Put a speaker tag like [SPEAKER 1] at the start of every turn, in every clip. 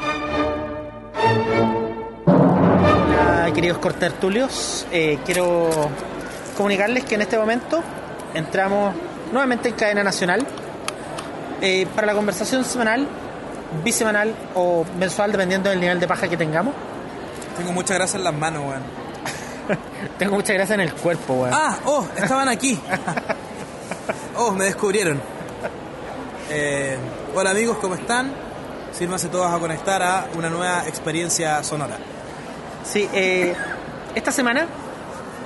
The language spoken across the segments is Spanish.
[SPEAKER 1] Ah, queridos cortertulios, eh, quiero comunicarles que en este momento entramos nuevamente en cadena nacional eh, para la conversación semanal, bisemanal o mensual, dependiendo del nivel de paja que tengamos.
[SPEAKER 2] Tengo mucha grasa en las manos, weón.
[SPEAKER 1] Tengo mucha grasa en el cuerpo, weón.
[SPEAKER 2] Ah, oh, estaban aquí. oh, me descubrieron. Eh, hola amigos, ¿cómo están? Sírvanse todos a conectar a una nueva experiencia sonora.
[SPEAKER 1] Sí, eh, esta semana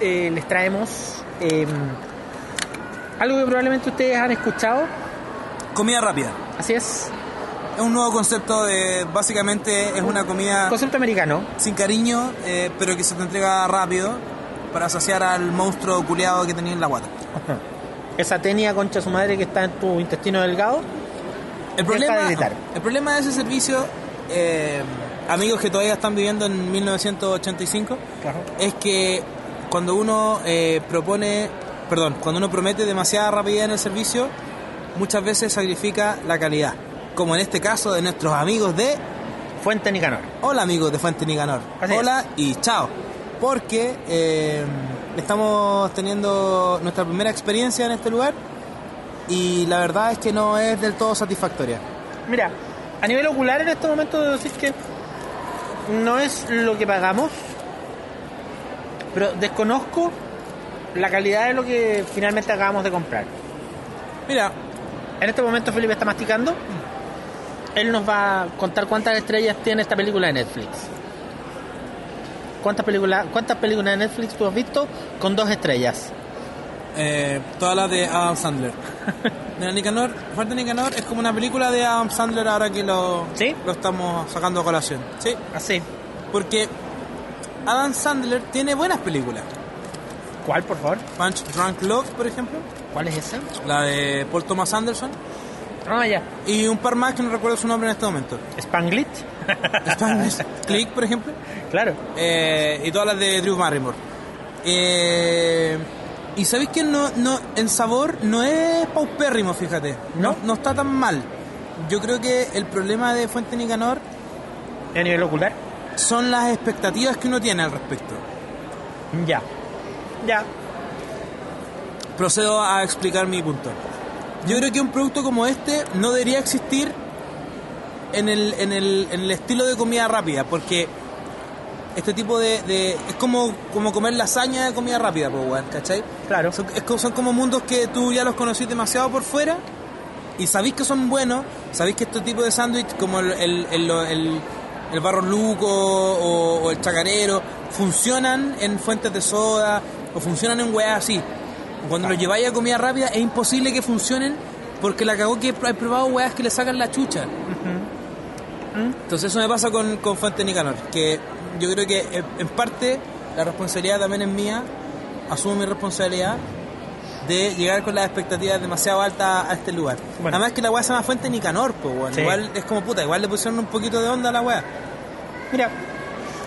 [SPEAKER 1] eh, les traemos eh, algo que probablemente ustedes han escuchado.
[SPEAKER 2] Comida rápida.
[SPEAKER 1] Así es,
[SPEAKER 2] Es un nuevo concepto de, básicamente, es una comida
[SPEAKER 1] concepto americano.
[SPEAKER 2] sin cariño, eh, pero que se te entrega rápido para saciar al monstruo culeado que tenía en la guata.
[SPEAKER 1] Esa tenia concha su madre que está en tu intestino delgado.
[SPEAKER 2] El
[SPEAKER 1] Deja
[SPEAKER 2] problema,
[SPEAKER 1] de gritar.
[SPEAKER 2] el problema de ese servicio, eh, amigos que todavía están viviendo en 1985, es que cuando uno eh, propone, perdón, cuando uno promete demasiada rapidez en el servicio, muchas veces sacrifica la calidad. Como en este caso de nuestros amigos de
[SPEAKER 1] Fuente Nicanor.
[SPEAKER 2] Hola amigos de Fuente Nicanor.
[SPEAKER 1] Así es.
[SPEAKER 2] Hola y chao. Porque eh, estamos teniendo nuestra primera experiencia en este lugar y la verdad es que no es del todo satisfactoria.
[SPEAKER 1] Mira, a nivel ocular en este momento debo decir que no es lo que pagamos, pero desconozco la calidad de lo que finalmente acabamos de comprar.
[SPEAKER 2] Mira,
[SPEAKER 1] En este momento Felipe está masticando. Él nos va a contar cuántas estrellas tiene esta película de Netflix. ¿Cuántas películas, cuántas películas de Netflix tú has visto con dos estrellas?
[SPEAKER 2] eh, todas las de Adam Sandler. De la Nicanor, Fuerte Nicanor es como una película de Adam Sandler ahora que lo,
[SPEAKER 1] ¿Sí?
[SPEAKER 2] lo estamos sacando a colación. Sí,
[SPEAKER 1] Así.
[SPEAKER 2] porque Adam Sandler tiene buenas películas.
[SPEAKER 1] ¿Cuál, por favor?
[SPEAKER 2] Punch Drunk Love, por ejemplo,
[SPEAKER 1] ¿Cuál es esa?
[SPEAKER 2] la de Paul Thomas Anderson.
[SPEAKER 1] Ah, ya.
[SPEAKER 2] Y un par más que no recuerdo su nombre en este momento.
[SPEAKER 1] Spanglit.
[SPEAKER 2] Spanish Click, por ejemplo.
[SPEAKER 1] claro.
[SPEAKER 2] Eh, y todas las de Drew Barrymore. Eh, y sabéis que no, no, en sabor no es paupérrimo, fíjate.
[SPEAKER 1] ¿No?
[SPEAKER 2] no está tan mal. Yo creo que el problema de Fuente Nicanor
[SPEAKER 1] ¿Y a nivel ocular?
[SPEAKER 2] son las expectativas que uno tiene al respecto.
[SPEAKER 1] Ya. Ya.
[SPEAKER 2] Procedo a explicar mi punto. Yo creo que un producto como este no debería existir en el, en el, en el estilo de comida rápida, porque este tipo de... de- es como, como comer lasaña de comida rápida, pues, weón, ¿cachai?
[SPEAKER 1] Claro.
[SPEAKER 2] Son, es como- son como mundos que tú ya los conocís demasiado por fuera y sabéis que son buenos, sabéis que este tipo de sándwich como el, el, el- el- el barro luco o, o el chacarero funcionan en fuentes de soda o funcionan en weas así. Cuando los lleváis a comida rápida es imposible que funcionen porque la cagó que he pr- he probado weas que le sacan la chucha. Entonces eso me pasa con, con Fuente Nicanor, que yo creo que eh, en parte la responsabilidad también es mía, asumo mi responsabilidad de llegar con las expectativas demasiado altas a este lugar.
[SPEAKER 1] Bueno.
[SPEAKER 2] Además que la weá se llama Fuente Nicanor, pues
[SPEAKER 1] Sí.
[SPEAKER 2] igual es como puta, igual le pusieron un poquito de onda a la weá.
[SPEAKER 1] Mira,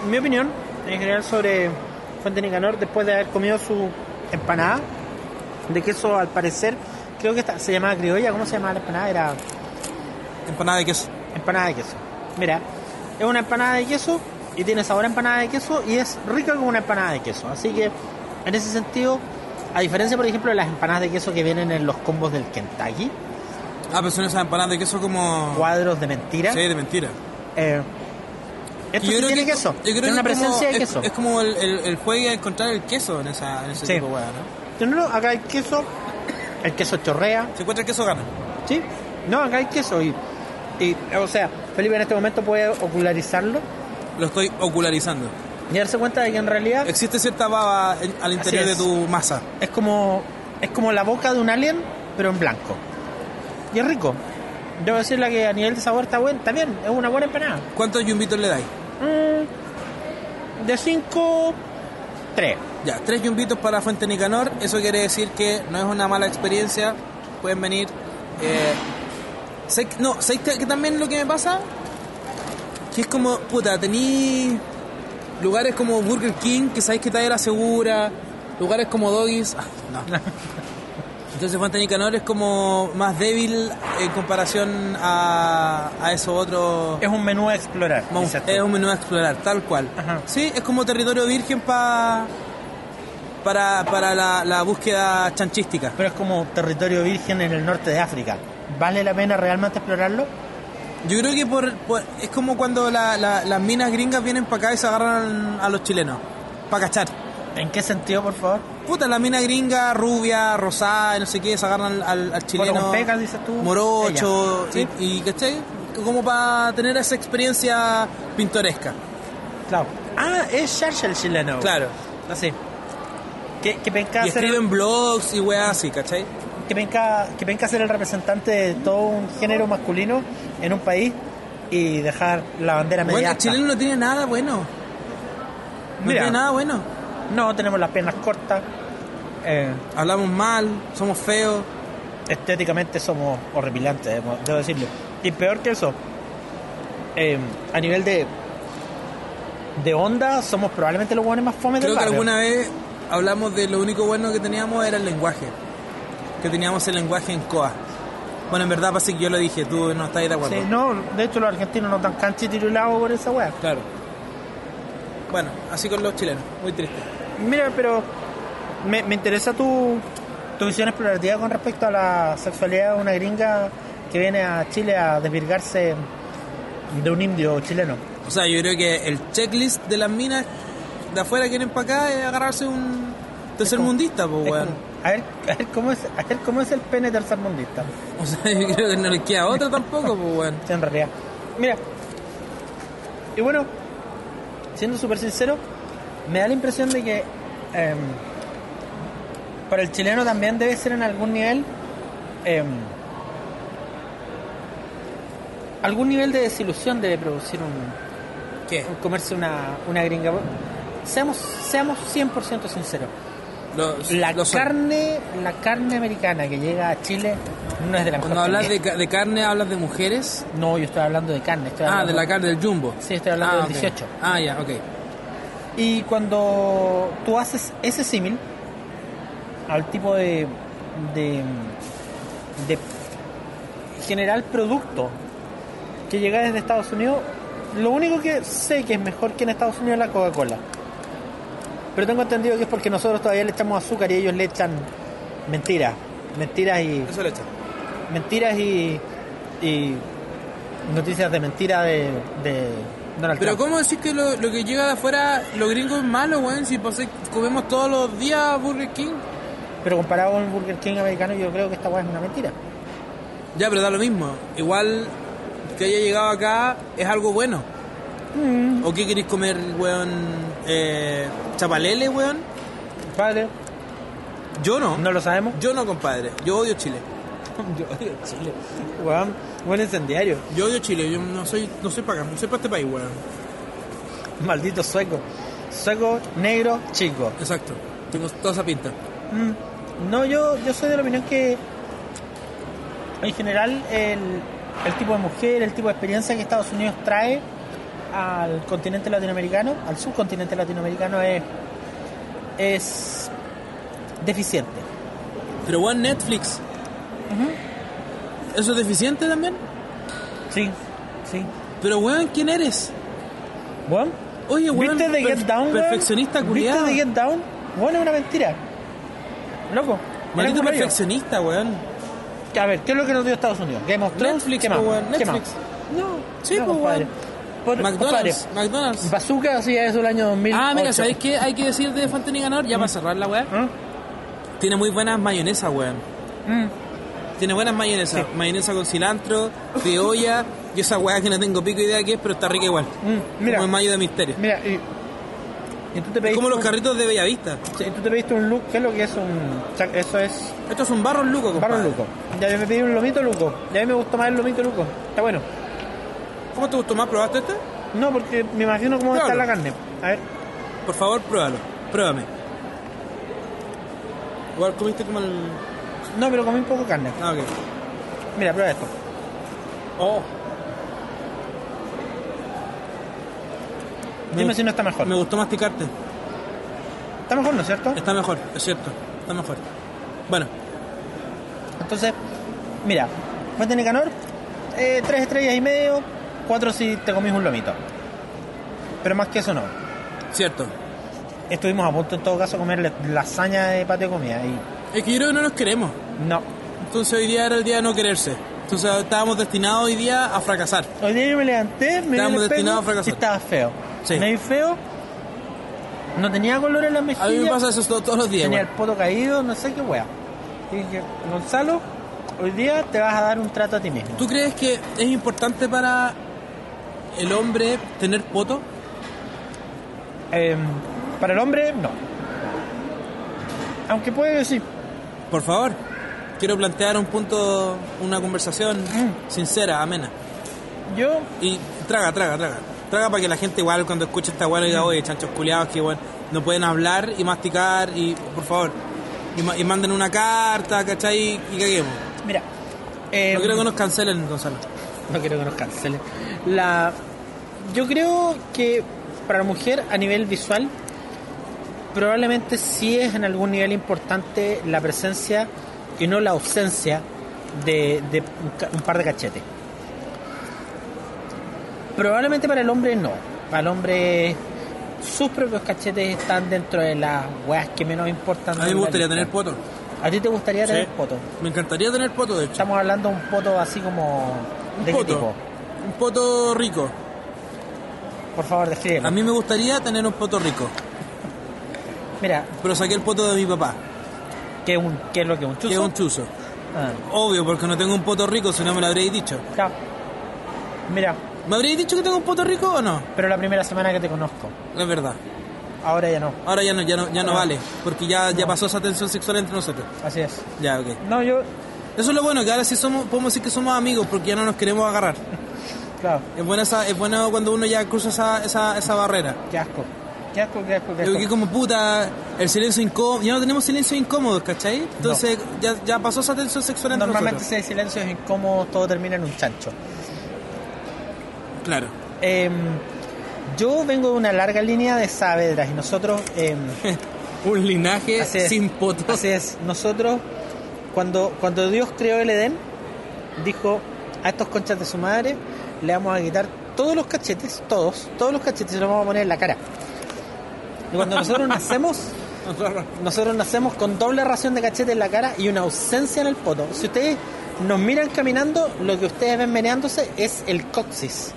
[SPEAKER 1] mi opinión en general sobre Fuente Nicanor, después de haber comido su empanada de queso, al parecer, creo que esta- se llamaba criolla. ¿Cómo se llamaba la empanada? Era
[SPEAKER 2] Empanada de queso.
[SPEAKER 1] empanada de queso. Mira, es una empanada de queso y tiene sabor a empanada de queso y es rica como una empanada de queso. Así que, en ese sentido, a diferencia, por ejemplo, de las empanadas de queso que vienen en los combos del Kentucky,
[SPEAKER 2] Ah, pero son esas empanadas de queso como...
[SPEAKER 1] cuadros de mentira,
[SPEAKER 2] Sí, de mentira.
[SPEAKER 1] eh, esto sí tiene queso,
[SPEAKER 2] yo creo
[SPEAKER 1] tiene una
[SPEAKER 2] que es como-
[SPEAKER 1] presencia de
[SPEAKER 2] es-
[SPEAKER 1] queso.
[SPEAKER 2] Es, como el, el, el juego a encontrar el queso en, esa, en ese
[SPEAKER 1] Sí.
[SPEAKER 2] tipo de weá, ¿no?
[SPEAKER 1] Primero, acá hay queso, el queso chorrea,
[SPEAKER 2] Si encuentra el queso, gana.
[SPEAKER 1] ¿sí? No, acá hay queso y, y, o sea, Felipe en este momento puede ocularizarlo
[SPEAKER 2] Lo estoy ocularizando.
[SPEAKER 1] y darse cuenta de que en realidad
[SPEAKER 2] Existe cierta baba en- al interior
[SPEAKER 1] Así
[SPEAKER 2] de
[SPEAKER 1] es.
[SPEAKER 2] tu masa.
[SPEAKER 1] es como es como la boca de un alien, pero en blanco. Y es rico. Debo decirle que a nivel de sabor está bueno, también es una buena empanada.
[SPEAKER 2] ¿Cuántos yumbitos le dais?
[SPEAKER 1] Mm, de 5, 3.
[SPEAKER 2] Ya, tres yumbitos para Fuente Nicanor. Eso quiere decir que no es una mala experiencia. Pueden venir. eh, sé que- no, ¿sabéis que, que también lo que me pasa? Que es como, puta, tení lugares como Burger King, que sabéis que te da la segura. Lugares como Doggies. Ah, no. Entonces Fuente Nicanor es como más débil en comparación a, a esos otros...
[SPEAKER 1] Es un menú a explorar.
[SPEAKER 2] Mon-
[SPEAKER 1] dices tú.
[SPEAKER 2] es un menú a explorar, tal cual.
[SPEAKER 1] Ajá.
[SPEAKER 2] Sí, es como territorio virgen pa- para, para la, la búsqueda chanchística.
[SPEAKER 1] Pero es como territorio virgen en el norte de África. ¿Vale la pena realmente explorarlo?
[SPEAKER 2] Yo creo que por, por- es como cuando la- la- las minas gringas vienen para acá y se agarran a los chilenos, para cachar.
[SPEAKER 1] ¿En qué sentido, por favor?
[SPEAKER 2] Puta, la mina gringa, rubia, rosada, no sé qué, se agarran al, al chileno.
[SPEAKER 1] Bueno, con pecas, dices tú.
[SPEAKER 2] Morocho,
[SPEAKER 1] Ella. Sí.
[SPEAKER 2] y, y, ¿cachai? Como para tener esa experiencia pintoresca.
[SPEAKER 1] Claro. Ah, es Churchill chileno.
[SPEAKER 2] Claro.
[SPEAKER 1] Así. Que, que penca
[SPEAKER 2] Y
[SPEAKER 1] ser-
[SPEAKER 2] escriben blogs y weas así, ¿cachai?
[SPEAKER 1] que penca, que penca ser el representante de todo un género masculino en un país y dejar la bandera media
[SPEAKER 2] Bueno, el
[SPEAKER 1] alta.
[SPEAKER 2] chileno no tiene nada bueno. No
[SPEAKER 1] Mira.
[SPEAKER 2] tiene nada bueno.
[SPEAKER 1] No, tenemos las piernas cortas. eh,
[SPEAKER 2] Hablamos mal, somos feos.
[SPEAKER 1] estéticamente somos horripilantes, debo- debo decirlo. Y peor que eso, eh, a nivel de de onda, somos probablemente los hueones más fomes del
[SPEAKER 2] Creo que
[SPEAKER 1] barrio.
[SPEAKER 2] alguna vez hablamos de lo único bueno que teníamos era el lenguaje. Que teníamos el lenguaje en COA. Bueno, en verdad, así que yo lo dije, tú no estás de acuerdo.
[SPEAKER 1] Sí, no, de hecho los argentinos nos dan cancha y tiro y lado por esa hueá.
[SPEAKER 2] Claro. Bueno, así con los chilenos, muy triste.
[SPEAKER 1] Mira, pero me, me interesa tu, tu visión explorativa con respecto a la sexualidad de una gringa que viene a Chile a desvirgarse de un indio chileno.
[SPEAKER 2] O sea, yo creo que el checklist de las minas de afuera que vienen para acá es agarrarse un tercermundista, pues,
[SPEAKER 1] Es
[SPEAKER 2] weón.
[SPEAKER 1] como, a, ver, a, ver cómo es, a ver cómo es el pene tercermundista.
[SPEAKER 2] O sea, yo creo que no les queda otra tampoco, pues, weón.
[SPEAKER 1] Sí, en realidad. Mira. Y bueno, siendo súper sincero, me da la impresión de que em, para el chileno también debe ser en algún nivel. em, algún nivel de desilusión debe producir un,
[SPEAKER 2] ¿Qué?
[SPEAKER 1] un comerse una, una gringa. Seamos, seamos 100% sinceros.
[SPEAKER 2] Los,
[SPEAKER 1] La
[SPEAKER 2] los-
[SPEAKER 1] carne, la carne americana que llega a Chile no es de la mejor
[SPEAKER 2] Cuando hablas
[SPEAKER 1] calidad.
[SPEAKER 2] de, ca- de carne, hablas de mujeres.
[SPEAKER 1] No, yo estoy hablando de carne. Estoy
[SPEAKER 2] Ah,
[SPEAKER 1] hablando
[SPEAKER 2] de la carne del jumbo.
[SPEAKER 1] Sí, estoy hablando
[SPEAKER 2] Ah,
[SPEAKER 1] del
[SPEAKER 2] ok.
[SPEAKER 1] 18.
[SPEAKER 2] Ah, ya, ok.
[SPEAKER 1] Y cuando tú haces ese símil al tipo de, de, de general producto que llega desde Estados Unidos, lo único que sé que es mejor que en Estados Unidos es la Coca-Cola. Pero tengo entendido que es porque nosotros todavía le echamos azúcar y ellos le echan mentiras, mentiras y
[SPEAKER 2] Eso lo echa.
[SPEAKER 1] mentiras y, y noticias de mentira de, de Donald
[SPEAKER 2] Pero
[SPEAKER 1] Trump.
[SPEAKER 2] ¿cómo decís que lo, lo que llega de afuera, los gringos es malo, weón? Si pues, comemos todos los días Burger King.
[SPEAKER 1] Pero comparado con el Burger King americano, yo creo que esta weá es una mentira.
[SPEAKER 2] Ya, pero da lo mismo. Igual que haya llegado acá es algo bueno.
[SPEAKER 1] Mm.
[SPEAKER 2] ¿O qué queréis comer, weón? Eh, ¿Chapalele, weón?
[SPEAKER 1] Vale.
[SPEAKER 2] Yo no.
[SPEAKER 1] No lo sabemos.
[SPEAKER 2] Yo no, compadre. Yo odio Chile.
[SPEAKER 1] Yo odio Chile. Weón, buen incendiario.
[SPEAKER 2] Yo odio Chile. Yo no soy, no soy para acá. No soy para este país, weón.
[SPEAKER 1] Maldito sueco. Sueco, negro, chico.
[SPEAKER 2] Exacto. Tengo toda esa pinta.
[SPEAKER 1] Mm, No, yo, yo soy de la opinión que en general el, el tipo de mujer, el tipo de experiencia que Estados Unidos trae al continente latinoamericano, al subcontinente latinoamericano es, es deficiente.
[SPEAKER 2] Pero, weón, Netflix. ¿Eso es deficiente también?
[SPEAKER 1] Sí, sí.
[SPEAKER 2] Pero, weón, ¿quién eres?
[SPEAKER 1] Weón,
[SPEAKER 2] Oye, weón.
[SPEAKER 1] ¿Viste de
[SPEAKER 2] per-
[SPEAKER 1] Get Down? weón?
[SPEAKER 2] Perfeccionista, culiado.
[SPEAKER 1] ¿Viste de Get Down? Bueno, es una mentira. Loco.
[SPEAKER 2] Maldito
[SPEAKER 1] era un rollo.
[SPEAKER 2] perfeccionista, weón.
[SPEAKER 1] A ver, ¿qué es lo que nos dio Estados Unidos? Game of Thrones.
[SPEAKER 2] Netflix,
[SPEAKER 1] ¿qué más?
[SPEAKER 2] po, weón,
[SPEAKER 1] ¿Qué
[SPEAKER 2] Netflix.
[SPEAKER 1] más?
[SPEAKER 2] No, sí,
[SPEAKER 1] No,
[SPEAKER 2] po,
[SPEAKER 1] compadre.
[SPEAKER 2] weón.
[SPEAKER 1] Por-
[SPEAKER 2] McDonald's,
[SPEAKER 1] compadre,
[SPEAKER 2] McDonald's.
[SPEAKER 1] Bazooka hacía eso el año 2000.
[SPEAKER 2] Ah, mira, ¿sabéis qué hay que decir de Fontaine y Ganor?
[SPEAKER 1] Mm.
[SPEAKER 2] Ya para cerrar la weá.
[SPEAKER 1] ¿Ah?
[SPEAKER 2] Tiene muy buenas mayonesas, weón.
[SPEAKER 1] Mm,
[SPEAKER 2] Tiene buenas mayonesas. Mayonesa con cilantro, criolla y esa weá que no tengo pico idea qué es, pero está rica igual.
[SPEAKER 1] Mm, mira.
[SPEAKER 2] Como en mayo de misterio.
[SPEAKER 1] Mira, y, y tú te
[SPEAKER 2] Es
[SPEAKER 1] pediste...
[SPEAKER 2] como los
[SPEAKER 1] un-
[SPEAKER 2] carritos de Bellavista.
[SPEAKER 1] sí, tú te pediste un look, ¿qué es lo que es un... cha- Eso es
[SPEAKER 2] Esto es un barro luco, compadre.
[SPEAKER 1] barro luco. Ya yo me pedí un lomito luco. Ya a mí me gustó más el lomito luco. Está bueno.
[SPEAKER 2] ¿Cómo te gustó más? ¿Probaste este?
[SPEAKER 1] No, porque me imagino cómo va a estar la
[SPEAKER 2] Claro.
[SPEAKER 1] carne. A ver,
[SPEAKER 2] Por favor, pruébalo. Pruébame. Igual comiste como el...
[SPEAKER 1] no, pero comí un poco de carne.
[SPEAKER 2] Ah, ok.
[SPEAKER 1] Mira, prueba esto.
[SPEAKER 2] Oh.
[SPEAKER 1] Dime si no está mejor.
[SPEAKER 2] Me gustó masticarte.
[SPEAKER 1] Está mejor, ¿no es cierto?
[SPEAKER 2] Está mejor, es cierto. Está mejor. Bueno,
[SPEAKER 1] Entonces, mira, fuente de Nicanor, eh, tres estrellas y medio, cuatro si te comís un lomito. Pero más que eso no.
[SPEAKER 2] Cierto.
[SPEAKER 1] Estuvimos a punto en todo caso de comer la- lasaña de patio de comida y
[SPEAKER 2] Es que yo creo que no nos queremos.
[SPEAKER 1] no.
[SPEAKER 2] Entonces hoy día era el día de no quererse. Entonces estábamos destinados hoy día a fracasar.
[SPEAKER 1] Hoy día yo me levanté, me vi en
[SPEAKER 2] Estábamos
[SPEAKER 1] el
[SPEAKER 2] destinados a
[SPEAKER 1] espejo y
[SPEAKER 2] fracasar.
[SPEAKER 1] estaba feo.
[SPEAKER 2] Sí.
[SPEAKER 1] Me vi feo, no tenía color en las
[SPEAKER 2] A
[SPEAKER 1] mejillas.
[SPEAKER 2] mí me pasa eso to- todos los días.
[SPEAKER 1] Tenía el
[SPEAKER 2] weón.
[SPEAKER 1] poto caído, no sé qué wea. Y dije, Gonzalo, hoy día te vas a dar un trato a ti mismo.
[SPEAKER 2] ¿Tú crees que es importante para el hombre tener poto?
[SPEAKER 1] Eh, para el hombre, no. Aunque puede que sí.
[SPEAKER 2] Por favor. Quiero plantear un punto, una conversación
[SPEAKER 1] Mm.
[SPEAKER 2] sincera, amena.
[SPEAKER 1] Yo,
[SPEAKER 2] Y traga, traga, traga. Traga para que la gente igual cuando escuche esta weá
[SPEAKER 1] Mm.
[SPEAKER 2] diga, oye, chanchos culiados, que igual no pueden hablar y masticar y, por favor, y, ma- y manden una carta, ¿cachai? Y caguemos.
[SPEAKER 1] mira. eh,
[SPEAKER 2] No creo que nos cancelen, Gonzalo.
[SPEAKER 1] no quiero que nos cancelen. La, yo creo que para la mujer a nivel visual, probablemente sí es en algún nivel importante la presencia y no la ausencia de, de un ca- un par de cachetes. Probablemente para el hombre no. Para el hombre sus propios cachetes están dentro de las weas que menos importan.
[SPEAKER 2] A
[SPEAKER 1] de
[SPEAKER 2] mí me
[SPEAKER 1] la
[SPEAKER 2] gustaría
[SPEAKER 1] lista.
[SPEAKER 2] tener poto.
[SPEAKER 1] ¿A ti te gustaría tener
[SPEAKER 2] Sí.
[SPEAKER 1] poto?
[SPEAKER 2] Me encantaría tener poto, de hecho.
[SPEAKER 1] Estamos hablando de un poto así como...
[SPEAKER 2] Un
[SPEAKER 1] ¿De qué
[SPEAKER 2] poto.
[SPEAKER 1] tipo?
[SPEAKER 2] Un poto rico.
[SPEAKER 1] Por favor, descríbelo.
[SPEAKER 2] A mí me gustaría tener un poto rico.
[SPEAKER 1] Mira,
[SPEAKER 2] Pero saqué el poto de mi papá,
[SPEAKER 1] ¿qué es, un- qué es lo que es un chuzo?
[SPEAKER 2] que es un chuzo.
[SPEAKER 1] Ah,
[SPEAKER 2] Obvio, porque no tengo un poto rico, si no me lo habréis dicho.
[SPEAKER 1] ya. Mira,
[SPEAKER 2] ¿Me habréis dicho que tengo un poto rico o no?
[SPEAKER 1] pero la primera semana que te conozco.
[SPEAKER 2] Es verdad.
[SPEAKER 1] Ahora ya no.
[SPEAKER 2] Ahora ya no, ya no, ya no
[SPEAKER 1] Ah.
[SPEAKER 2] vale, porque ya, ya pasó esa tensión sexual entre nosotros.
[SPEAKER 1] Así es.
[SPEAKER 2] Ya, ok.
[SPEAKER 1] No, yo...
[SPEAKER 2] Eso es lo bueno, que ahora sí somos, podemos decir que somos amigos porque ya no nos queremos agarrar.
[SPEAKER 1] Claro,
[SPEAKER 2] Es bueno, esa, es bueno cuando uno ya cruza esa, esa, esa barrera.
[SPEAKER 1] qué asco. Qué asco, qué asco, qué
[SPEAKER 2] Yo
[SPEAKER 1] asco.
[SPEAKER 2] creo que como puta, el silencio incómodo, ya no tenemos silencio incómodo, ¿cachai? Entonces ya, ya pasó esa tensión sexual entre
[SPEAKER 1] Normalmente
[SPEAKER 2] nosotros.
[SPEAKER 1] ese silencio es incómodo, todo termina en un chancho.
[SPEAKER 2] Claro.
[SPEAKER 1] Em, yo vengo de una larga línea de Saavedras y nosotros... em,
[SPEAKER 2] Un linaje
[SPEAKER 1] Así es.
[SPEAKER 2] sin poto.
[SPEAKER 1] Así es. Nosotros, cuando, cuando Dios creó el Edén, dijo a estos conchas de su madre, le vamos a quitar todos los cachetes, todos, todos los cachetes, se los vamos a poner en la cara. Y cuando nosotros nacemos, nosotros nacemos con doble ración de cachete en la cara y una ausencia en el poto. Si ustedes nos miran caminando, lo que ustedes ven meneándose es el coxis.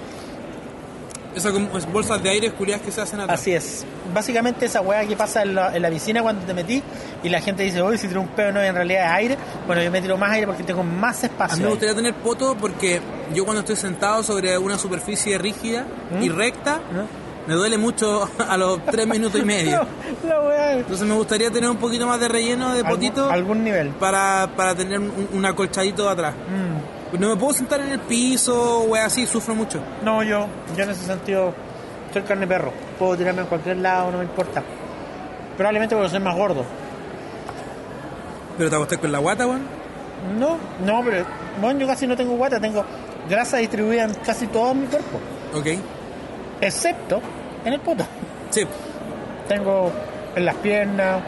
[SPEAKER 2] Esas como- es bolsas de aire culiadas que se hacen atrás.
[SPEAKER 1] Así es. Básicamente esa weá que pasa en la, en la piscina cuando te metí y la gente dice, oye, si tiro un pedo no, y en realidad es aire. Bueno, yo me tiro más aire porque tengo más
[SPEAKER 2] A mí
[SPEAKER 1] espacio.
[SPEAKER 2] me
[SPEAKER 1] ahí.
[SPEAKER 2] gustaría tener poto porque yo cuando estoy sentado sobre una superficie rígida
[SPEAKER 1] ¿Mm?
[SPEAKER 2] y recta,
[SPEAKER 1] ¿No?
[SPEAKER 2] me duele mucho a los tres minutos y medio.
[SPEAKER 1] La weá es-
[SPEAKER 2] Entonces me gustaría tener un poquito más de relleno de
[SPEAKER 1] algún,
[SPEAKER 2] potito
[SPEAKER 1] algún nivel.
[SPEAKER 2] para, para tener un, un acolchadito atrás.
[SPEAKER 1] Mm.
[SPEAKER 2] No me puedo sentar en el piso, wey, así, sufro mucho.
[SPEAKER 1] No, yo, yo en ese sentido soy carne de perro. Puedo tirarme en cualquier lado, no me importa. Probablemente porque soy más gordo.
[SPEAKER 2] Pero te acosté con la guata, weón.
[SPEAKER 1] No, no, pero bueno, yo casi no tengo guata, tengo grasa distribuida en casi todo mi cuerpo.
[SPEAKER 2] Ok.
[SPEAKER 1] Excepto en el poto.
[SPEAKER 2] Sí.
[SPEAKER 1] Tengo en las piernas,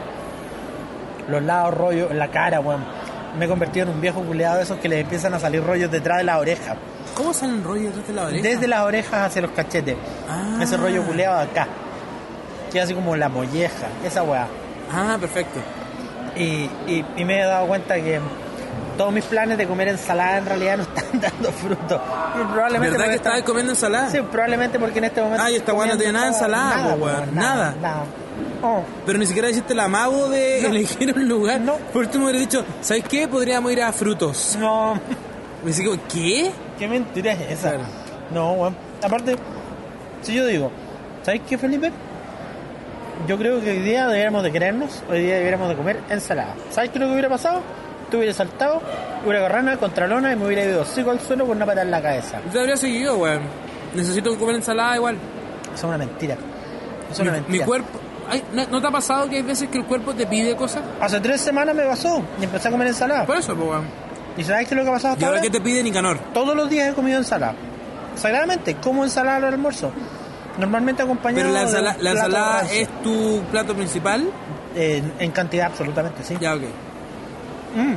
[SPEAKER 1] los lados rollos, en la cara, weón. Me he convertido en un viejo culeado de esos que les empiezan a salir rollos detrás de la oreja.
[SPEAKER 2] ¿Cómo salen rollos desde la oreja?
[SPEAKER 1] Desde las orejas hacia los cachetes.
[SPEAKER 2] Ah.
[SPEAKER 1] Ese rollo culeado de acá. Que es así como la molleja, esa weá.
[SPEAKER 2] Ah, perfecto.
[SPEAKER 1] Y, y- y me he dado cuenta que todos mis planes de comer ensalada en realidad no están dando fruto. Probablemente
[SPEAKER 2] ¿Verdad
[SPEAKER 1] porque
[SPEAKER 2] que
[SPEAKER 1] estaba-
[SPEAKER 2] estabas comiendo ensalada?
[SPEAKER 1] Sí, probablemente porque en este momento.
[SPEAKER 2] Ay, esta weá no tiene nada de ensalada, po, weón,
[SPEAKER 1] Nada.
[SPEAKER 2] nada.
[SPEAKER 1] nada. Oh,
[SPEAKER 2] Pero ni siquiera hiciste el amago de
[SPEAKER 1] No.
[SPEAKER 2] elegir un lugar.
[SPEAKER 1] No.
[SPEAKER 2] Por último hubiera dicho, ¿sabes qué? Podríamos ir a frutos.
[SPEAKER 1] no.
[SPEAKER 2] Me dice, como, ¿qué?
[SPEAKER 1] ¿Qué mentira es esa?
[SPEAKER 2] Claro.
[SPEAKER 1] No, weón. Aparte, si yo digo, ¿sabes qué, Felipe? Yo creo que hoy día deberíamos de querernos, hoy día deberíamos de comer ensalada. ¿Sabes qué es lo que hubiera pasado? Tú hubieras saltado, hubiera agarrado una contralona y me hubiera ido hocico al suelo con una patada en la cabeza.
[SPEAKER 2] Yo Te habría seguido, weón. Necesito comer ensalada igual.
[SPEAKER 1] Eso es una mentira. Eso es
[SPEAKER 2] Mi,
[SPEAKER 1] una mentira.
[SPEAKER 2] mi cuerpo... Ay, ¿no, no te ha pasado que hay veces que el cuerpo te pide cosas?
[SPEAKER 1] Hace tres semanas me pasó y empecé a comer ensalada.
[SPEAKER 2] Por eso, pues, weón.
[SPEAKER 1] ¿Y sabes qué es lo que ha pasado
[SPEAKER 2] ¿Y
[SPEAKER 1] hasta
[SPEAKER 2] ahora
[SPEAKER 1] ahora?
[SPEAKER 2] qué te pide Nicanor?
[SPEAKER 1] Todos los días he comido ensalada. Sagradamente, como ensalada al almuerzo. Normalmente acompañado
[SPEAKER 2] Pero la,
[SPEAKER 1] de un
[SPEAKER 2] ensala- la
[SPEAKER 1] plato
[SPEAKER 2] ensalada
[SPEAKER 1] rancio.
[SPEAKER 2] es tu plato principal.
[SPEAKER 1] En, en cantidad, absolutamente, sí.
[SPEAKER 2] Ya, ok.
[SPEAKER 1] Mm.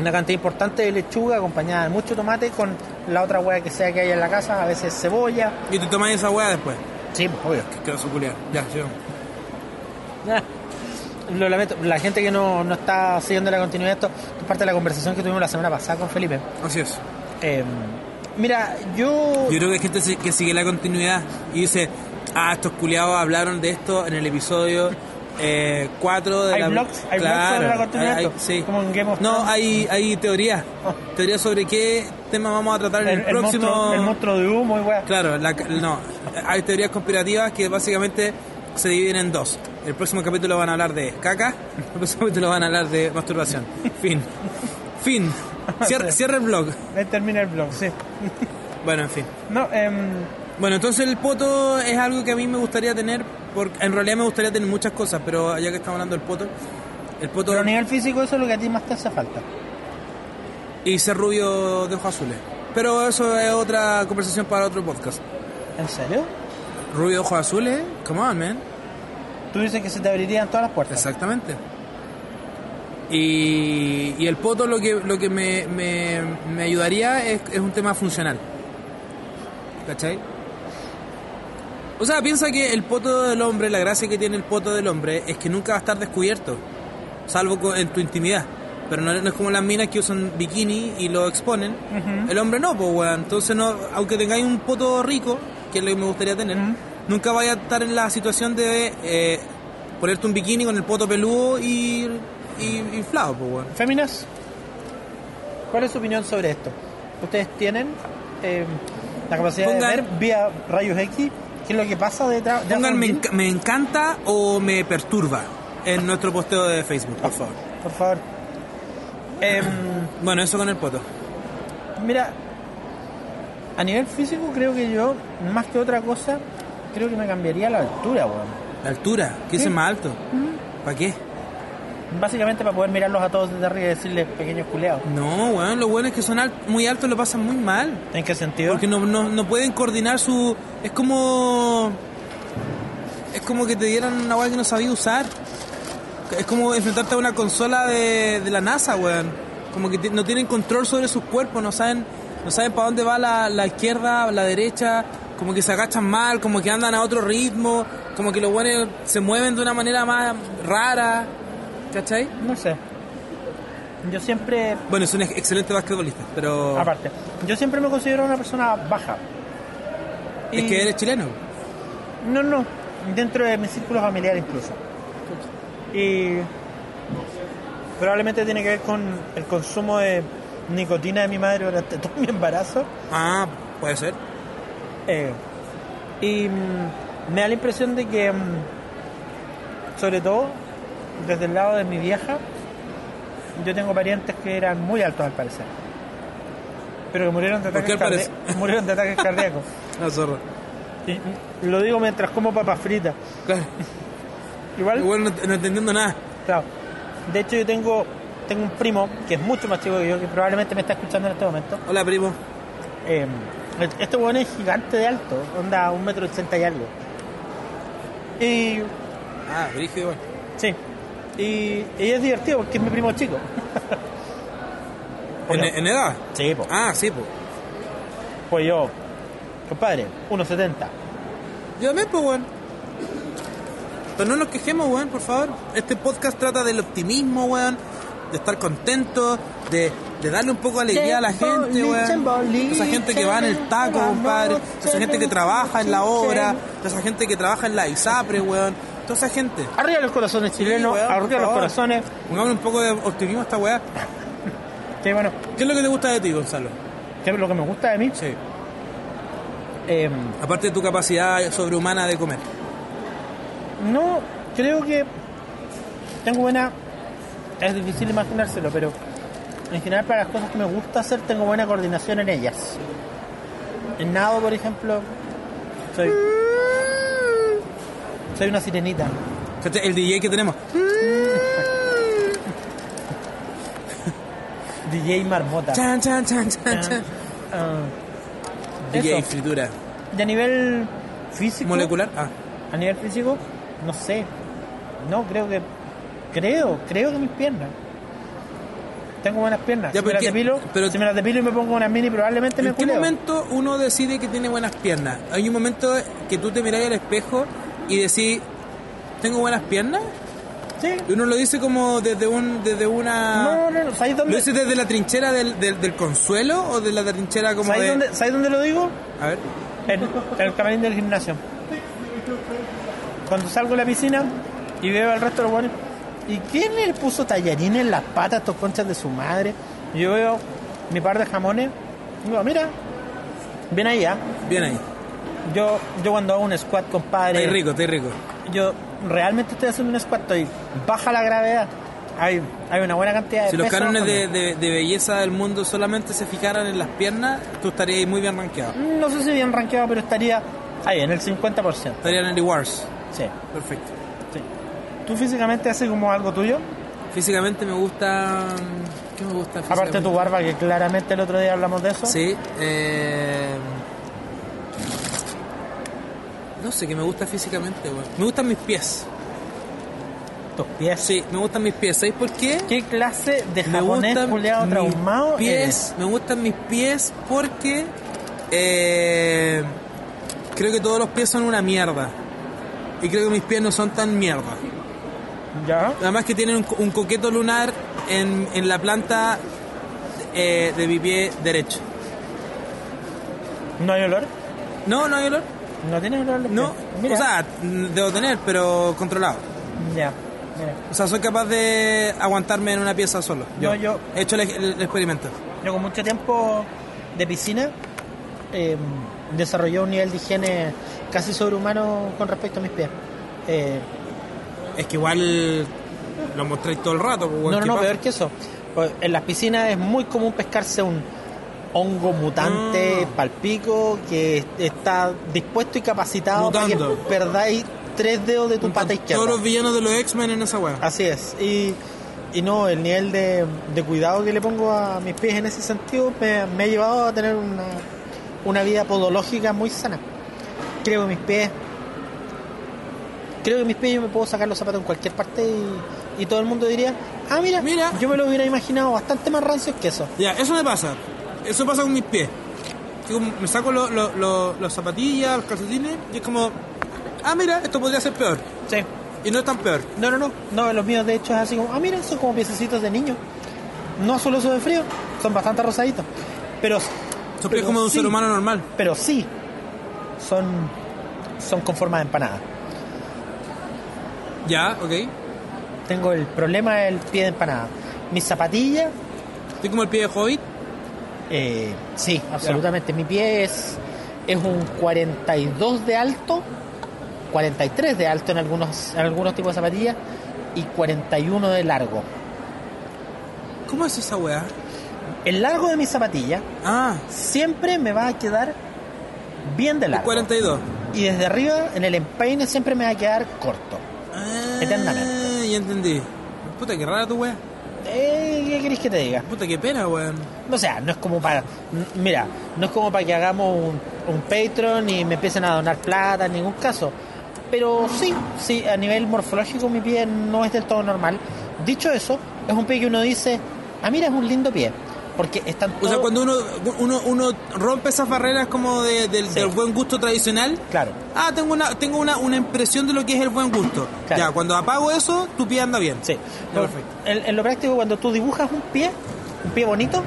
[SPEAKER 1] una cantidad importante de lechuga acompañada de mucho tomate con la otra hueá que sea que haya en la casa, a veces cebolla.
[SPEAKER 2] Y te tomas esa hueá después.
[SPEAKER 1] Sí, pues, obvio.
[SPEAKER 2] Que quedó culiar. Ya, yo.
[SPEAKER 1] Ah, Lo lamento, la gente que no, no está siguiendo la continuidad de esto, esto es parte de la conversación que tuvimos la semana pasada con Felipe.
[SPEAKER 2] Así es.
[SPEAKER 1] Eh, mira, yo...
[SPEAKER 2] Yo creo que hay gente si- que sigue la continuidad y dice, ah, estos culiados hablaron de esto en el episodio 4 de
[SPEAKER 1] Hay
[SPEAKER 2] la...
[SPEAKER 1] blogs- hay blogs sobre la continuidad
[SPEAKER 2] hay-
[SPEAKER 1] de esto,
[SPEAKER 2] sí.
[SPEAKER 1] como en Game of
[SPEAKER 2] No,
[SPEAKER 1] Thrones. Oh.
[SPEAKER 2] hay, hay teorías. Teorías sobre qué tema vamos a tratar en
[SPEAKER 1] el,
[SPEAKER 2] el,
[SPEAKER 1] el
[SPEAKER 2] próximo...
[SPEAKER 1] monstruo, el monstruo de humo y hueá.
[SPEAKER 2] Claro, la- no. Hay teorías conspirativas que básicamente se dividen en dos. El próximo capítulo van a hablar de caca, el próximo capítulo van a hablar de masturbación. Fin. Fin. Cierra, cierra el blog.
[SPEAKER 1] Ahí termina el blog, sí.
[SPEAKER 2] Bueno, en fin.
[SPEAKER 1] No, em,
[SPEAKER 2] Bueno, entonces el poto es algo que a mí me gustaría tener, porque en realidad me gustaría tener muchas cosas, pero ya que estamos hablando del poto, el poto
[SPEAKER 1] pero a nivel físico eso es lo que a ti más te hace falta.
[SPEAKER 2] y ser rubio de ojos azules. Pero eso es otra conversación para otro podcast.
[SPEAKER 1] ¿En serio?
[SPEAKER 2] Rubio de ojos azules, come on, man.
[SPEAKER 1] Tú dices que se te abrirían todas las puertas.
[SPEAKER 2] Exactamente. Y, y el poto lo que, lo que me, me, me ayudaría es, es un tema funcional. ¿Cachai? O sea, piensa que el poto del hombre, la gracia que tiene el poto del hombre es que nunca va a estar descubierto, salvo co- en tu intimidad. Pero no, no es como las minas que usan bikini y lo exponen.
[SPEAKER 1] Ujú.
[SPEAKER 2] El hombre no, pues, weón. Entonces, no, aunque tengáis un poto rico, que es lo que me gustaría tener,
[SPEAKER 1] Ujú.
[SPEAKER 2] nunca vaya a estar en la situación de eh, ponerte un bikini con el poto peludo y, y inflado, pues, weón.
[SPEAKER 1] Féminas, ¿cuál es su opinión sobre esto? ¿Ustedes tienen em, la capacidad
[SPEAKER 2] Pongan-
[SPEAKER 1] de ver vía rayos X qué es lo que pasa detrás? de
[SPEAKER 2] Pongan
[SPEAKER 1] Aston
[SPEAKER 2] me,
[SPEAKER 1] Martin?
[SPEAKER 2] enca- me encanta o me perturba en nuestro posteo de Facebook, por favor.
[SPEAKER 1] Por favor. Em,
[SPEAKER 2] Bueno, eso con el poto.
[SPEAKER 1] Mira, a nivel físico creo que yo, más que otra cosa, creo que me cambiaría la altura, weón.
[SPEAKER 2] La altura, que
[SPEAKER 1] Sí.
[SPEAKER 2] es más alto. ¿Para qué?
[SPEAKER 1] Básicamente para poder mirarlos a todos desde arriba y decirles pequeños culeados.
[SPEAKER 2] No, weón, lo bueno es que son al- muy altos lo pasan muy mal.
[SPEAKER 1] ¿En qué sentido?
[SPEAKER 2] Porque no, no, no pueden coordinar su. Es como. Es como que te dieran una weá que no sabías usar. Es como enfrentarte a una consola de, de la NASA, weón. Como que ti- no tienen control sobre sus cuerpos, no saben no saben para dónde va la, la izquierda, la derecha. Como que se agachan mal, como que andan a otro ritmo. Como que los weones se mueven de una manera más rara. ¿Cachai?
[SPEAKER 1] No sé. Yo siempre,
[SPEAKER 2] Bueno, es un ex- excelente basquetbolista, pero.
[SPEAKER 1] aparte, yo siempre me considero una persona baja.
[SPEAKER 2] Es
[SPEAKER 1] Y-
[SPEAKER 2] que eres chileno.
[SPEAKER 1] No, no, dentro de mi círculo familiar incluso. Y probablemente tiene que ver con el consumo de nicotina de mi madre durante todo mi embarazo.
[SPEAKER 2] Ah, puede ser.
[SPEAKER 1] Eh, y mm, me da la impresión de que, mm, sobre todo desde el lado de mi vieja, yo tengo parientes que eran muy altos al parecer, pero que murieron de
[SPEAKER 2] ¿Por
[SPEAKER 1] ataques,
[SPEAKER 2] qué al
[SPEAKER 1] cardi- murieron de ataques cardíacos.
[SPEAKER 2] La zorra.
[SPEAKER 1] Y, mm, lo digo mientras como papas fritas.
[SPEAKER 2] Claro.
[SPEAKER 1] Igual,
[SPEAKER 2] Igual no, no entendiendo nada.
[SPEAKER 1] claro. De hecho, yo tengo, tengo un primo que es mucho más chico que yo, que probablemente me está escuchando en este momento.
[SPEAKER 2] Hola, primo.
[SPEAKER 1] Eh, este hueón es gigante de alto, onda un metro ochenta y algo. Y
[SPEAKER 2] Ah, brígido igual.
[SPEAKER 1] Sí. Y, y es divertido porque es mi primo chico.
[SPEAKER 2] ¿En,
[SPEAKER 1] Hola.
[SPEAKER 2] en edad?
[SPEAKER 1] Sí, pues.
[SPEAKER 2] Ah, sí, pues.
[SPEAKER 1] Pues yo, compadre, 1.70.
[SPEAKER 2] Yo también, pues, weón. Pero no nos quejemos, weón, por favor. Este podcast trata del optimismo, weón. De estar contento, de, de darle un poco de alegría a la gente, weón. De Esa gente que va en el taco, compadre. De Esa gente que trabaja en la obra. De Esa gente que trabaja en la ISAPRE, weón. Toda esa gente.
[SPEAKER 1] Arriba los corazones chilenos,
[SPEAKER 2] weón, por
[SPEAKER 1] arriba los
[SPEAKER 2] favor.
[SPEAKER 1] corazones.
[SPEAKER 2] Pongamos un poco de optimismo a esta weá.
[SPEAKER 1] Sí, bueno,
[SPEAKER 2] ¿Qué es lo que te gusta de ti, Gonzalo?
[SPEAKER 1] que lo que me gusta de mí,
[SPEAKER 2] Sí.
[SPEAKER 1] eh,
[SPEAKER 2] Aparte de tu capacidad sobrehumana de comer.
[SPEAKER 1] no, creo que tengo buena. Es difícil imaginárselo, pero en general para las cosas que me gusta hacer tengo buena coordinación en ellas. En nado, por ejemplo, soy. Soy una sirenita.
[SPEAKER 2] Fíjate, El DJ que tenemos.
[SPEAKER 1] DJ Marmota.
[SPEAKER 2] Chan, chan, chan, chan,
[SPEAKER 1] Ah,
[SPEAKER 2] chan.
[SPEAKER 1] ah.
[SPEAKER 2] DJ
[SPEAKER 1] Eso.
[SPEAKER 2] fritura.
[SPEAKER 1] Y a nivel físico.
[SPEAKER 2] Molecular. Ah.
[SPEAKER 1] A nivel físico, no sé. No, creo que. Creo, creo que mis piernas. Tengo buenas piernas.
[SPEAKER 2] Ya,
[SPEAKER 1] si,
[SPEAKER 2] pero
[SPEAKER 1] me las
[SPEAKER 2] ¿qué?
[SPEAKER 1] depilo,
[SPEAKER 2] Pero-
[SPEAKER 1] si me las depilo y me pongo unas mini, probablemente me
[SPEAKER 2] ¿En qué
[SPEAKER 1] culeo.
[SPEAKER 2] momento uno decide que tiene buenas piernas? Hay un momento que tú te miras al espejo y decís, ¿tengo buenas piernas?
[SPEAKER 1] Sí.
[SPEAKER 2] Y uno lo dice como desde un desde una...
[SPEAKER 1] No, no, no. ¿Sabes
[SPEAKER 2] Ah, ¿Lo
[SPEAKER 1] dónde,
[SPEAKER 2] dices desde la trinchera del, del, del consuelo o de la trinchera como
[SPEAKER 1] ¿sabes
[SPEAKER 2] de...?
[SPEAKER 1] dónde, ¿sabes dónde lo digo?
[SPEAKER 2] A ver.
[SPEAKER 1] En, en el camarín del gimnasio. Cuando salgo de la piscina y veo al resto de los buenos. ¿Y quién le puso tallarines en las patas a estos conchas de su madre? Yo veo mi par de jamones. y Digo, mira, bien ahí, ¿ah?
[SPEAKER 2] Bien ahí.
[SPEAKER 1] Yo, yo cuando hago un squat, compadre.
[SPEAKER 2] Estoy rico, estoy rico.
[SPEAKER 1] Yo realmente estoy haciendo un squat, estoy baja la gravedad. Hay, hay una buena cantidad de
[SPEAKER 2] Si los
[SPEAKER 1] peso
[SPEAKER 2] cánones de,
[SPEAKER 1] bajando.
[SPEAKER 2] de- de belleza del mundo solamente se fijaran en las piernas, tú estarías ahí muy bien rankeado.
[SPEAKER 1] No sé si bien rankeado, pero estaría ahí, en el 50%.
[SPEAKER 2] Estarías en el Rewards.
[SPEAKER 1] Sí,
[SPEAKER 2] Perfecto.
[SPEAKER 1] sí. ¿Tú físicamente haces como algo tuyo?
[SPEAKER 2] Físicamente me gusta... mm, ¿Qué me gusta
[SPEAKER 1] Aparte de tu barba, que claramente el otro día hablamos de eso.
[SPEAKER 2] Sí. eh, No sé qué me gusta físicamente, weón. Me gustan mis pies.
[SPEAKER 1] Tus pies.
[SPEAKER 2] Sí, me gustan mis pies. ¿Sabéis por qué?
[SPEAKER 1] ¿Qué clase de
[SPEAKER 2] me
[SPEAKER 1] japonés
[SPEAKER 2] gustan
[SPEAKER 1] culeado
[SPEAKER 2] mis
[SPEAKER 1] traumado Eh.
[SPEAKER 2] pies,
[SPEAKER 1] eres?
[SPEAKER 2] me gustan mis pies porque eh, creo que todos los pies son una mierda y creo que mis pies no son tan mierda.
[SPEAKER 1] ¿Ya?
[SPEAKER 2] Además que tienen un, co- un coqueto lunar en, en la planta eh, de mi pie derecho.
[SPEAKER 1] ¿No hay olor?
[SPEAKER 2] No, no hay olor.
[SPEAKER 1] ¿No tienes olor? los
[SPEAKER 2] No,
[SPEAKER 1] pies? Mira.
[SPEAKER 2] o sea, debo tener, pero controlado.
[SPEAKER 1] Ya, mira.
[SPEAKER 2] O sea, soy capaz de aguantarme en una pieza solo.
[SPEAKER 1] No, yo-
[SPEAKER 2] He hecho el, el experimento.
[SPEAKER 1] Yo con mucho tiempo de piscina eh, desarrollé un nivel de higiene casi sobrehumano con respecto a mis pies. Eh,
[SPEAKER 2] Es que igual lo mostráis todo el rato. pues,
[SPEAKER 1] no,
[SPEAKER 2] ¿qué
[SPEAKER 1] no, no,
[SPEAKER 2] pasa?
[SPEAKER 1] peor que eso. Pues, En las piscinas es muy común pescarse un hongo mutante,
[SPEAKER 2] Ah.
[SPEAKER 1] palpico, que está dispuesto y capacitado
[SPEAKER 2] Mutando.
[SPEAKER 1] para que perdáis tres dedos de tu
[SPEAKER 2] Juntan
[SPEAKER 1] pata izquierda. Ah.
[SPEAKER 2] Todos los villanos de los X-Men en esa weá.
[SPEAKER 1] Así es. Y, y no, el nivel de, de cuidado que le pongo a mis pies en ese sentido me, me ha llevado a tener una, una vida podológica muy sana. Creo que mis pies. Creo que mis pies yo me puedo sacar los zapatos en cualquier parte y, y todo el mundo diría: Ah, mira,
[SPEAKER 2] Mira.
[SPEAKER 1] yo me lo hubiera imaginado bastante más rancios que eso.
[SPEAKER 2] Ya, eso me pasa. Eso pasa con mis pies. Que como me saco lo- lo- lo- los zapatillas, los calcetines, y es como, ah, mira, esto podría ser peor.
[SPEAKER 1] Sí.
[SPEAKER 2] Y no es tan peor.
[SPEAKER 1] No, no, no. No, los míos de hecho es así como: Ah, mira, son como piececitos de niño. No solo de frío, son bastante rosaditos. Pero.
[SPEAKER 2] Son pies
[SPEAKER 1] pero
[SPEAKER 2] como de un
[SPEAKER 1] sí.
[SPEAKER 2] ser humano normal.
[SPEAKER 1] pero sí son son con forma de empanada.
[SPEAKER 2] Ya, ok.
[SPEAKER 1] Tengo el problema del pie de empanada. Mis zapatillas,
[SPEAKER 2] Estoy como el pie de Hobbit.
[SPEAKER 1] eh, sí, absolutamente. Mi pie es, es un 42 de alto, 43 de alto en algunos, en algunos tipos de zapatillas y 41 de largo.
[SPEAKER 2] ¿Cómo es esa weá?
[SPEAKER 1] El largo de mi zapatilla
[SPEAKER 2] Ah,
[SPEAKER 1] siempre me va a quedar bien de largo.
[SPEAKER 2] 42.
[SPEAKER 1] Y desde arriba, en el empeine, siempre me va a quedar corto.
[SPEAKER 2] Ah,
[SPEAKER 1] Eternamente.
[SPEAKER 2] Ya entendí. Puta, qué rara tu weá.
[SPEAKER 1] Eh, ¿Qué querés que te diga?
[SPEAKER 2] Puta, qué pena, weón.
[SPEAKER 1] O sea, no es como para. n- Mira, no es como para que hagamos un, un Patreon y me empiecen a donar plata en ningún caso. Pero sí, sí, a nivel morfológico mi pie no es del todo normal. Dicho eso, es un pie que uno dice, ah, mira, es un lindo pie. Porque están
[SPEAKER 2] O sea,
[SPEAKER 1] todos-
[SPEAKER 2] cuando uno, uno, uno rompe esas barreras como de- del-
[SPEAKER 1] Sí.
[SPEAKER 2] del buen gusto tradicional,
[SPEAKER 1] Claro,
[SPEAKER 2] Ah, tengo una, tengo una, una impresión de lo que es el buen gusto.
[SPEAKER 1] Claro.
[SPEAKER 2] Ya, cuando apago eso, tu pie anda bien.
[SPEAKER 1] sí.
[SPEAKER 2] Ya, perfecto.
[SPEAKER 1] En, en lo práctico, cuando tú dibujas un pie, un pie bonito,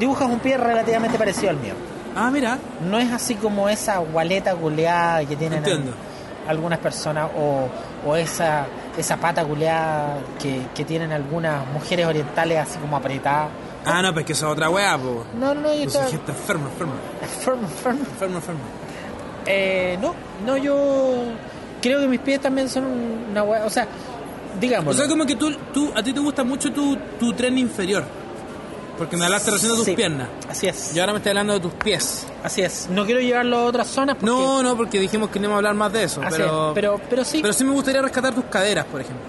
[SPEAKER 1] dibujas un pie relativamente parecido al mío.
[SPEAKER 2] Ah, mira.
[SPEAKER 1] no es así como esa gualeta guleada que tienen
[SPEAKER 2] Entiendo.
[SPEAKER 1] al- algunas personas o, o esa esa pata guleada que, que tienen algunas mujeres orientales así como apretada.
[SPEAKER 2] Ah, no, pues que esa es otra weá, po.
[SPEAKER 1] No, no, no, yo
[SPEAKER 2] Yo soy
[SPEAKER 1] estaba...
[SPEAKER 2] gente enferma, enferma,
[SPEAKER 1] Firm, firm.
[SPEAKER 2] enferma, enferma.
[SPEAKER 1] Eh, no, no, yo creo que mis pies también son una hueá, o sea,
[SPEAKER 2] O
[SPEAKER 1] digamos.
[SPEAKER 2] sea, como que tú, tú, a ti te gusta mucho tu, tu tren inferior. Porque me hablaste recién de tus
[SPEAKER 1] Sí.
[SPEAKER 2] piernas.
[SPEAKER 1] Así es,
[SPEAKER 2] Y ahora me estás hablando de tus pies.
[SPEAKER 1] así es. No quiero llevarlo a otras zonas porque...
[SPEAKER 2] No, no, porque dijimos que no íbamos a hablar más de eso.
[SPEAKER 1] así es,
[SPEAKER 2] pero,
[SPEAKER 1] pero, pero sí,
[SPEAKER 2] pero sí me gustaría rescatar tus caderas, por ejemplo.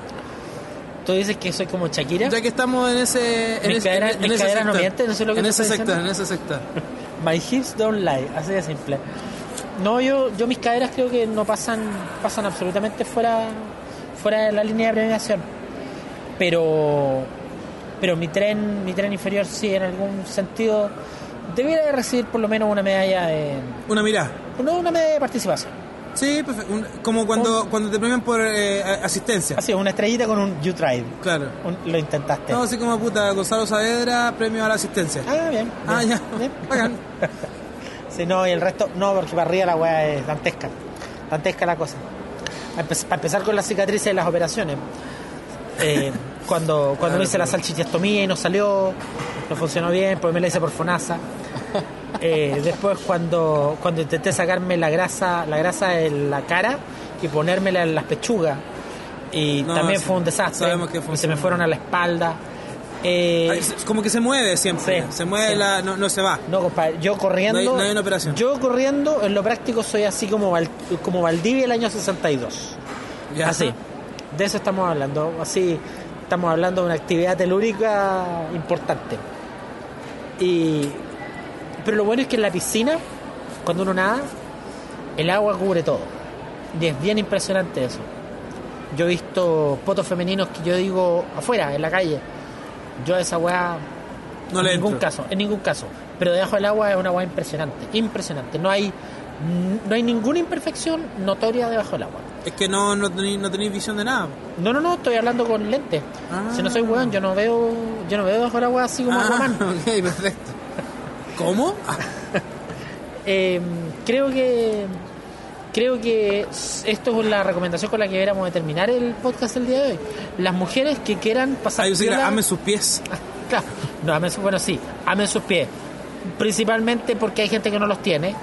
[SPEAKER 1] tú dices que soy como Shakira,
[SPEAKER 2] Ya que estamos en ese. En
[SPEAKER 1] Mis
[SPEAKER 2] ese,
[SPEAKER 1] caderas-
[SPEAKER 2] en,
[SPEAKER 1] mis
[SPEAKER 2] ese
[SPEAKER 1] caderas no
[SPEAKER 2] sector.
[SPEAKER 1] mienten, eso es lo que
[SPEAKER 2] En
[SPEAKER 1] te
[SPEAKER 2] ese
[SPEAKER 1] estoy
[SPEAKER 2] sector,
[SPEAKER 1] diciendo.
[SPEAKER 2] en ese sector.
[SPEAKER 1] My hips don't lie, así de simple. No, yo, yo mis caderas creo que no pasan, pasan absolutamente fuera, fuera de la línea de premiación. Pero, Pero mi tren, mi tren inferior sí, en algún sentido, debiera de recibir por lo menos una medalla de...
[SPEAKER 2] Una mirada.
[SPEAKER 1] No, una medalla de participación.
[SPEAKER 2] Sí, perfecto. Un- como cuando, cuando te premian por eh, a- asistencia.
[SPEAKER 1] Así, una estrellita con un You Tried.
[SPEAKER 2] Claro.
[SPEAKER 1] lo intentaste.
[SPEAKER 2] No, así como puta, Gonzalo Saavedra, premio a la asistencia.
[SPEAKER 1] Ah, bien.
[SPEAKER 2] Ah,
[SPEAKER 1] bien,
[SPEAKER 2] ya.
[SPEAKER 1] bien.
[SPEAKER 2] Bacán.
[SPEAKER 1] Sí, no, y el resto, no, porque para arriba la weá es dantesca. Dantesca la cosa. A empe- Para empezar con las cicatrices de las operaciones. Eh, cuando cuando me hice la salchichastomía y no salió, no funcionó bien, pues me la hice por fonasa. Eh, después cuando, cuando intenté sacarme la grasa, la grasa de la cara y ponérmela en las pechugas. Y
[SPEAKER 2] No,
[SPEAKER 1] también
[SPEAKER 2] sí,
[SPEAKER 1] fue un desastre.
[SPEAKER 2] sabemos que fue
[SPEAKER 1] y se me
[SPEAKER 2] un-
[SPEAKER 1] fueron a la espalda. Eh,
[SPEAKER 2] Ay, se- Como que se mueve siempre.
[SPEAKER 1] Sí,
[SPEAKER 2] se mueve,
[SPEAKER 1] sí.
[SPEAKER 2] la, no, no se va.
[SPEAKER 1] No, compadre, yo corriendo.
[SPEAKER 2] No hay- no hay una operación.
[SPEAKER 1] Yo corriendo, en lo práctico soy así como, Val- como Valdivia el año 62.
[SPEAKER 2] Ya.
[SPEAKER 1] Así. De eso estamos hablando. Así, estamos hablando de una actividad telúrica importante. Y. Pero lo bueno es que en la piscina, cuando uno nada, el agua cubre todo. Y es bien impresionante eso. Yo he visto potos femeninos que yo digo afuera, en la calle. Yo a esa weá
[SPEAKER 2] No
[SPEAKER 1] en
[SPEAKER 2] le
[SPEAKER 1] ningún
[SPEAKER 2] entro.
[SPEAKER 1] caso, en ningún caso. Pero debajo del agua es una agua impresionante, impresionante. No hay, no hay ninguna imperfección notoria debajo del agua.
[SPEAKER 2] Es que no, no tenéis no tenéis visión de nada.
[SPEAKER 1] No, no, no, estoy hablando con lentes.
[SPEAKER 2] Ah.
[SPEAKER 1] Si no soy weón, yo no veo, yo no veo debajo del agua así como
[SPEAKER 2] ah,
[SPEAKER 1] Aquaman.
[SPEAKER 2] ok, perfecto. ¿Cómo? Ah,
[SPEAKER 1] Eh, creo que creo que s- esto es la recomendación con la que deberíamos de terminar el podcast el día de hoy. Las mujeres que quieran pasar
[SPEAKER 2] ah, yo sé que
[SPEAKER 1] piola-
[SPEAKER 2] amen sus pies.
[SPEAKER 1] Claro, no, amen sus, bueno, sí, amen sus pies. Principalmente porque hay gente que no los tiene.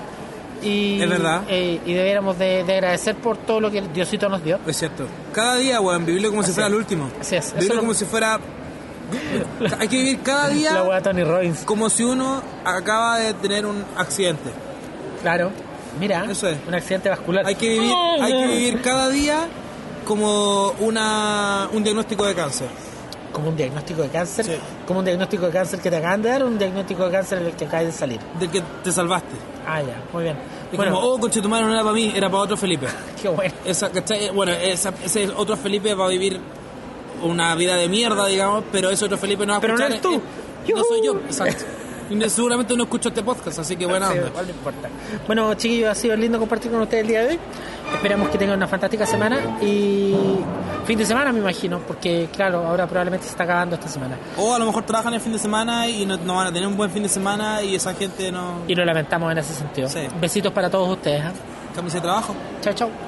[SPEAKER 1] Y,
[SPEAKER 2] Es verdad.
[SPEAKER 1] eh, y debiéramos de, de agradecer por todo lo que Diosito nos dio.
[SPEAKER 2] Es cierto. Cada día, weón, vivirlo como
[SPEAKER 1] Así
[SPEAKER 2] si fuera
[SPEAKER 1] es.
[SPEAKER 2] el último.
[SPEAKER 1] Así es. Eso
[SPEAKER 2] Vivirlo
[SPEAKER 1] lo-
[SPEAKER 2] como si fuera. Hay que vivir cada
[SPEAKER 1] La
[SPEAKER 2] día
[SPEAKER 1] hueá Tony Robbins.
[SPEAKER 2] como si uno acaba de tener un accidente.
[SPEAKER 1] Claro. Mira,
[SPEAKER 2] Eso es.
[SPEAKER 1] un accidente vascular. Ah,
[SPEAKER 2] Hay que vivir, hay que vivir cada día como una, un diagnóstico de cáncer.
[SPEAKER 1] Como un diagnóstico de cáncer.
[SPEAKER 2] Sí.
[SPEAKER 1] Como un diagnóstico de cáncer que te acaban de dar, un diagnóstico de cáncer del que acabas de salir.
[SPEAKER 2] Del que te salvaste.
[SPEAKER 1] Ah, ya, muy bien.
[SPEAKER 2] Es
[SPEAKER 1] Bueno,
[SPEAKER 2] como, oh, conche tu madre, no era para mí, era para otro Felipe.
[SPEAKER 1] qué bueno.
[SPEAKER 2] Esa, ¿cachai? Bueno, esa- ese otro Felipe va a vivir una vida de mierda, digamos, pero ese otro Felipe no va a
[SPEAKER 1] Pero no
[SPEAKER 2] escuchar.
[SPEAKER 1] eres tú.
[SPEAKER 2] eh, no soy yo,
[SPEAKER 1] Yujú.
[SPEAKER 2] exacto. Y no- seguramente no escucho este podcast, así que buena
[SPEAKER 1] Sí,
[SPEAKER 2] onda.
[SPEAKER 1] igual no importa. Bueno, chiquillos, ha sido lindo compartir con ustedes el día de hoy. Esperamos que tengan una fantástica semana y fin de semana, me imagino, porque claro, ahora probablemente se está acabando esta semana.
[SPEAKER 2] O a lo mejor trabajan el fin de semana y no, no van a tener un buen fin de semana y esa gente no.
[SPEAKER 1] Y lo lamentamos en ese sentido.
[SPEAKER 2] Sí.
[SPEAKER 1] Besitos para todos ustedes. ¿eh?
[SPEAKER 2] cambia de trabajo.
[SPEAKER 1] Chao, chao.